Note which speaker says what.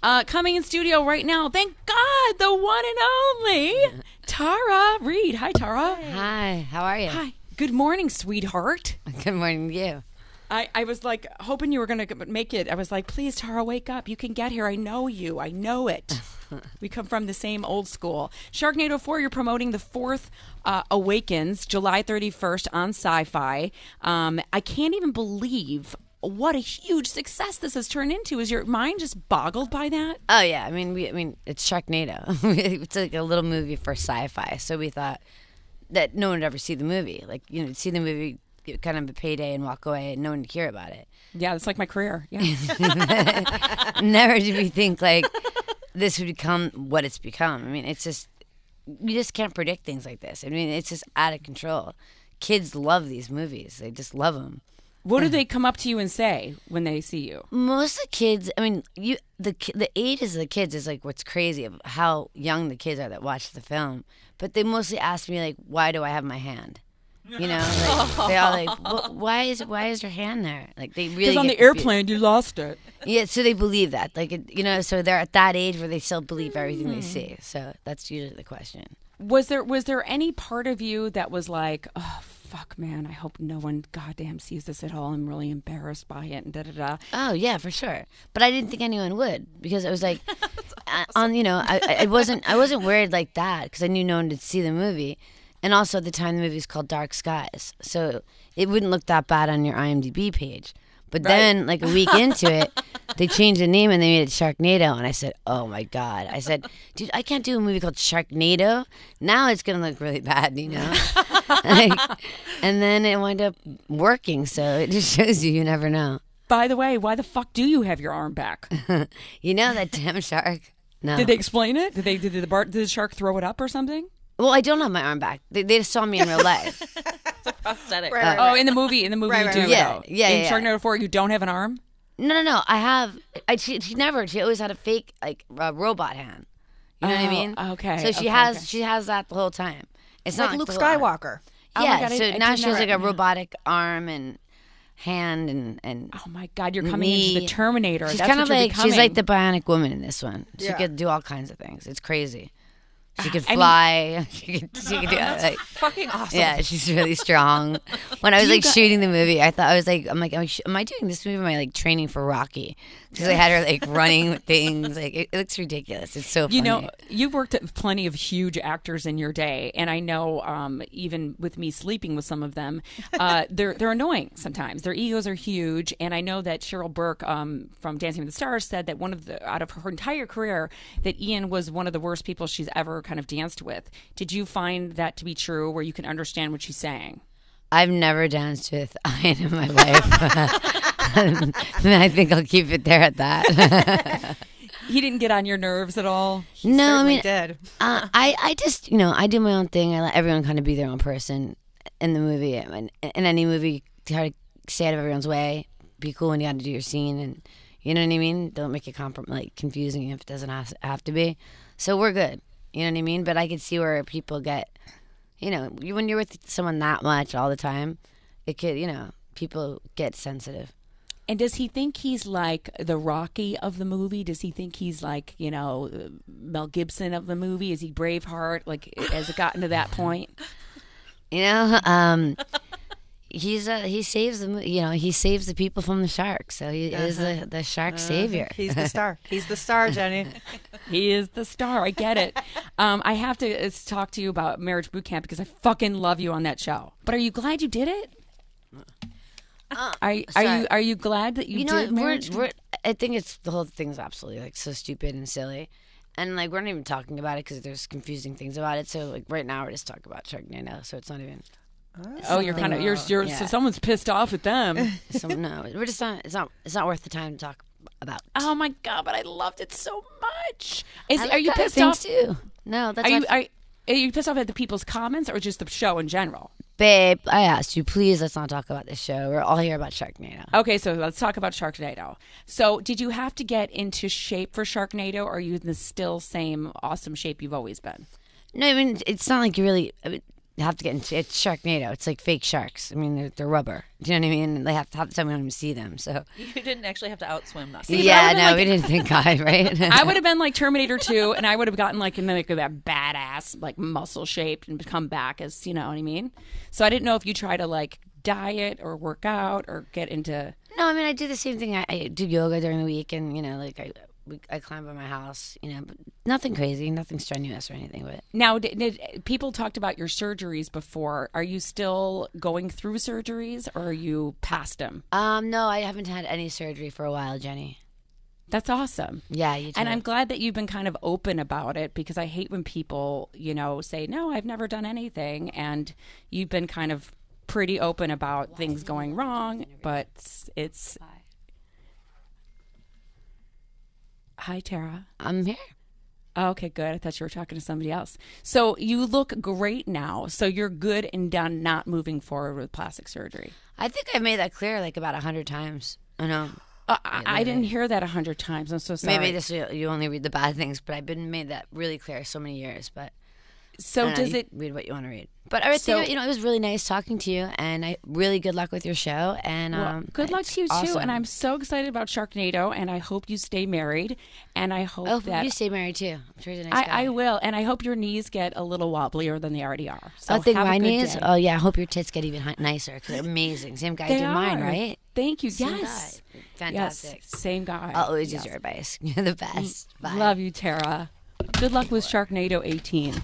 Speaker 1: Uh, coming in studio right now, thank God, the one and only Tara Reed. Hi, Tara.
Speaker 2: Hi, how are you?
Speaker 1: Hi. Good morning, sweetheart.
Speaker 2: Good morning to you.
Speaker 1: I, I was like hoping you were going to make it. I was like, please, Tara, wake up. You can get here. I know you. I know it. we come from the same old school. Sharknado 4, you're promoting the fourth uh, Awakens, July 31st on sci fi. Um, I can't even believe what a huge success this has turned into. Is your mind just boggled by that?
Speaker 2: Oh yeah, I mean, we, I mean, it's Sharknado. it's like a little movie for sci-fi, so we thought that no one would ever see the movie. Like you know, see the movie, get kind of a payday and walk away, and no one would hear about it.
Speaker 1: Yeah, it's like my career. Yeah.
Speaker 2: Never did we think like this would become what it's become. I mean, it's just you just can't predict things like this. I mean, it's just out of control. Kids love these movies; they just love them.
Speaker 1: what
Speaker 2: Uh-huh.
Speaker 1: do they come up to you and say when they see you?
Speaker 2: most of the kids i mean you the ki- the age of the kids is like what's crazy of how young the kids are that watch the film but they mostly ask me like why do i have my hand you know like, they all like "Wh- why is why is your hand there like they really
Speaker 1: Because on
Speaker 2: get
Speaker 1: the
Speaker 2: confused.
Speaker 1: airplane, you lost it.
Speaker 2: yeah so they believe that like it, you know so they're at that age where they still believe everything
Speaker 1: Hmm.
Speaker 2: they see so that's usually the question
Speaker 1: Was there was there any part of you that was like, oh fuck, man, I hope no one goddamn sees this at all. I'm really embarrassed by it, and da da da.
Speaker 2: Oh yeah, for sure. But I didn't think anyone would because I was like, I- on you know, I, I- I wasn't I wasn't worried like that because I knew no one would see the movie, and also at the time the movie was called Dark Skies, so it wouldn't look that bad on your IMDb page. But then, like a week into it, they changed the name and they made it Sharknado, and I said, "Oh my god!" I said, "Dude, I can't do a movie called Sharknado. Now it's gonna look really bad, you know." Like, and then it wound up working, so it just shows you you never know.
Speaker 1: By the way, why the fuck do you have your arm back?
Speaker 2: You know that damn shark? No.
Speaker 1: Did they explain it? Did they did the bar, did the shark throw it up or something?
Speaker 2: well, I don't have my arm back. They, they just saw me in real life.
Speaker 1: Oh, in the movie, in the movie, you do
Speaker 2: right. Yeah,
Speaker 1: though.
Speaker 2: yeah,
Speaker 1: In
Speaker 2: yeah, yeah.
Speaker 1: Sharknado Four, you don't have an arm.
Speaker 2: no, no, no. I have. I, she, she never. She always had a fake like uh, robot hand. You know what I
Speaker 1: Oh,
Speaker 2: mean?
Speaker 1: okay,
Speaker 2: So she
Speaker 1: okay,
Speaker 2: has
Speaker 1: okay.
Speaker 2: she has that the whole time. It's
Speaker 3: like
Speaker 2: not
Speaker 3: Luke
Speaker 2: the whole arm.
Speaker 3: Skywalker.
Speaker 1: Oh my
Speaker 2: yeah.
Speaker 1: God, I-
Speaker 2: so
Speaker 1: I
Speaker 2: now
Speaker 1: did
Speaker 2: she
Speaker 1: not
Speaker 2: has like
Speaker 1: re-
Speaker 2: a robotic arm and hand and and.
Speaker 1: Oh my god, you're coming into the
Speaker 2: knee.
Speaker 1: Terminator.
Speaker 2: She's
Speaker 1: That's
Speaker 2: kind
Speaker 1: what
Speaker 2: of
Speaker 1: you're
Speaker 2: like she's like
Speaker 1: becoming.
Speaker 2: the Bionic Woman in this one. She
Speaker 3: Yeah.
Speaker 2: could do all kinds of things. It's crazy. She could
Speaker 1: Ah, I mean-
Speaker 2: fly. she could, she could do like,
Speaker 3: Fucking awesome.
Speaker 2: Yeah, she's really strong. When I was
Speaker 1: you
Speaker 2: like
Speaker 1: gu-
Speaker 2: shooting the movie, I thought I was like, I'm like, am I sh- am I doing this movie? Am I like training for Rocky? Because I had her like running with things. Like it, it looks ridiculous. It's so funny.
Speaker 1: You know, you've worked at plenty of huge actors in your day, and I know um, even with me sleeping with some of them, uh, they're they're annoying sometimes. Their egos are huge, and I know that Cheryl Burke um, from Dancing with the Stars said that one of the out of her entire career that Ian was one of the worst people she's ever kind of danced with. Did you find that to be true, where you can understand what she's saying?
Speaker 2: I've never danced with Ian in my life. And I think I'll keep it there at that.
Speaker 1: He didn't get on your nerves at all.
Speaker 2: no, I mean,
Speaker 3: dead.
Speaker 2: uh, I, I just, you know, I do my own thing. I let everyone kind of be their own person in the movie. And in any movie, try to stay out of everyone's way, be cool when you got to do your scene. And you know what I mean? Don't make it comprom- like confusing if it doesn't has- have to be. So we're good. You know what I mean? But I could see where people get, you know, you- when you're with someone that much all the time, it could, you know, people get sensitive.
Speaker 1: And does he think he's like the Rocky of the movie? Does he think he's like, you know, uh, Mel Gibson of the movie? Is he Braveheart? Like, has it gotten to that point?
Speaker 2: You know, um, he's a, he saves the mo- you know he saves the people from the shark. So he is
Speaker 1: Uh-huh.
Speaker 2: the, the shark
Speaker 1: Uh,
Speaker 2: savior.
Speaker 3: He's the star. He's the star, Jenny.
Speaker 1: He is the star. I get it. Um, I have to uh, talk to you about Marriage Boot Camp because I fucking love you on that show. But are you glad you did it? Are, you- are
Speaker 2: Uh, sorry.
Speaker 1: you are you glad that you,
Speaker 2: You know,
Speaker 1: did
Speaker 2: we're,
Speaker 1: Marriage
Speaker 2: we're I think it's the whole thing's absolutely like so stupid and silly, and like we're not even talking about it because there's confusing things about it. So like right now we're just talking about Sharknado. So it's not even.
Speaker 1: Oh, you're kind of you're you're so
Speaker 2: yeah.
Speaker 1: someone's pissed off at them.
Speaker 2: So, no, we're just not. It's not. It's not worth the time to talk about.
Speaker 1: oh my god, but I loved it so much. Is,
Speaker 2: I like
Speaker 1: are you
Speaker 2: other
Speaker 1: pissed
Speaker 2: things
Speaker 1: off?
Speaker 2: too? No, that's
Speaker 1: Are you
Speaker 2: why-
Speaker 1: are, are you pissed off at the people's comments or just the show in general?
Speaker 2: babe. I asked you, please. Let's not talk about this show. We're all here about Sharknado.
Speaker 1: Okay, so let's talk about Sharknado. So, did you have to get into shape for Sharknado, or are you in the still same awesome shape you've always been?
Speaker 2: No, I mean it's not like you really. I mean, have to get into it's Sharknado. It's like fake sharks. I mean, they're, they're rubber. Do you know what I mean? And They have to have someone to see them. So
Speaker 4: You didn't actually have to outswim us.
Speaker 1: but I
Speaker 2: yeah,
Speaker 1: would've been
Speaker 2: no, we didn't think God, right?
Speaker 1: I would have been like Terminator 2, and I would have gotten like, and then like that badass, like muscle shaped, and come back as, you know what I mean? So I didn't know if you try to like diet or work out or get into.
Speaker 2: No, I mean I do the same thing. I, I do yoga during the week, and you know, like I we, I climb by my house. You know, but nothing crazy, nothing strenuous or anything. But
Speaker 1: Now, did, did, people talked about your surgeries before. Are you still going through surgeries or are you past them?
Speaker 2: um, no, I haven't had any surgery for a while, Jenny.
Speaker 1: That's awesome.
Speaker 2: Yeah, you.
Speaker 1: And
Speaker 2: did.
Speaker 1: I'm glad that you've been kind of open about it because I hate when people, you know, say, no, I've never done anything. And you've been kind of pretty open about things going wrong, but it's. Hi, Tara.
Speaker 2: I'm here.
Speaker 1: Oh, okay, good. I thought you were talking to somebody else. So you look great now. So you're good and done not moving forward with plastic surgery.
Speaker 2: I think I made that clear like about a hundred times. I know.
Speaker 1: Uh, I, I didn't hear that a hundred times. I'm so sorry.
Speaker 2: Maybe this you only read the bad things, but I've been made that really clear so many years. But
Speaker 1: so
Speaker 2: I don't know,
Speaker 1: does
Speaker 2: you
Speaker 1: it?
Speaker 2: read what you want to read? But I
Speaker 1: So-
Speaker 2: think you know it was really nice talking to you, and I really good luck with your show. And
Speaker 1: Well,
Speaker 2: um,
Speaker 1: Uh, good luck
Speaker 2: it's
Speaker 1: to you too,
Speaker 2: awesome.
Speaker 1: and I'm so excited about Sharknado, and I hope you stay married, and I hope
Speaker 2: I hope
Speaker 1: that
Speaker 2: Oh, you stay married too. I'm sure he's a nice guy.
Speaker 1: I, I will, and I hope your knees get a little wobblier than they already are. So
Speaker 2: I think
Speaker 1: have a
Speaker 2: my
Speaker 1: good
Speaker 2: knees.
Speaker 1: day.
Speaker 2: Oh yeah, I hope your tits get even hi- nicer because they're amazing. Same guy
Speaker 1: they
Speaker 2: did mine,
Speaker 1: are.
Speaker 2: right?
Speaker 1: Thank you.
Speaker 2: Same
Speaker 1: yes,
Speaker 2: guy. Fantastic.
Speaker 1: yes, same guy.
Speaker 2: I'll always
Speaker 1: Yes. Mm.
Speaker 2: use your advice. You're the best. Bye.
Speaker 1: Love you, Tara. Good luck with Sharknado 18.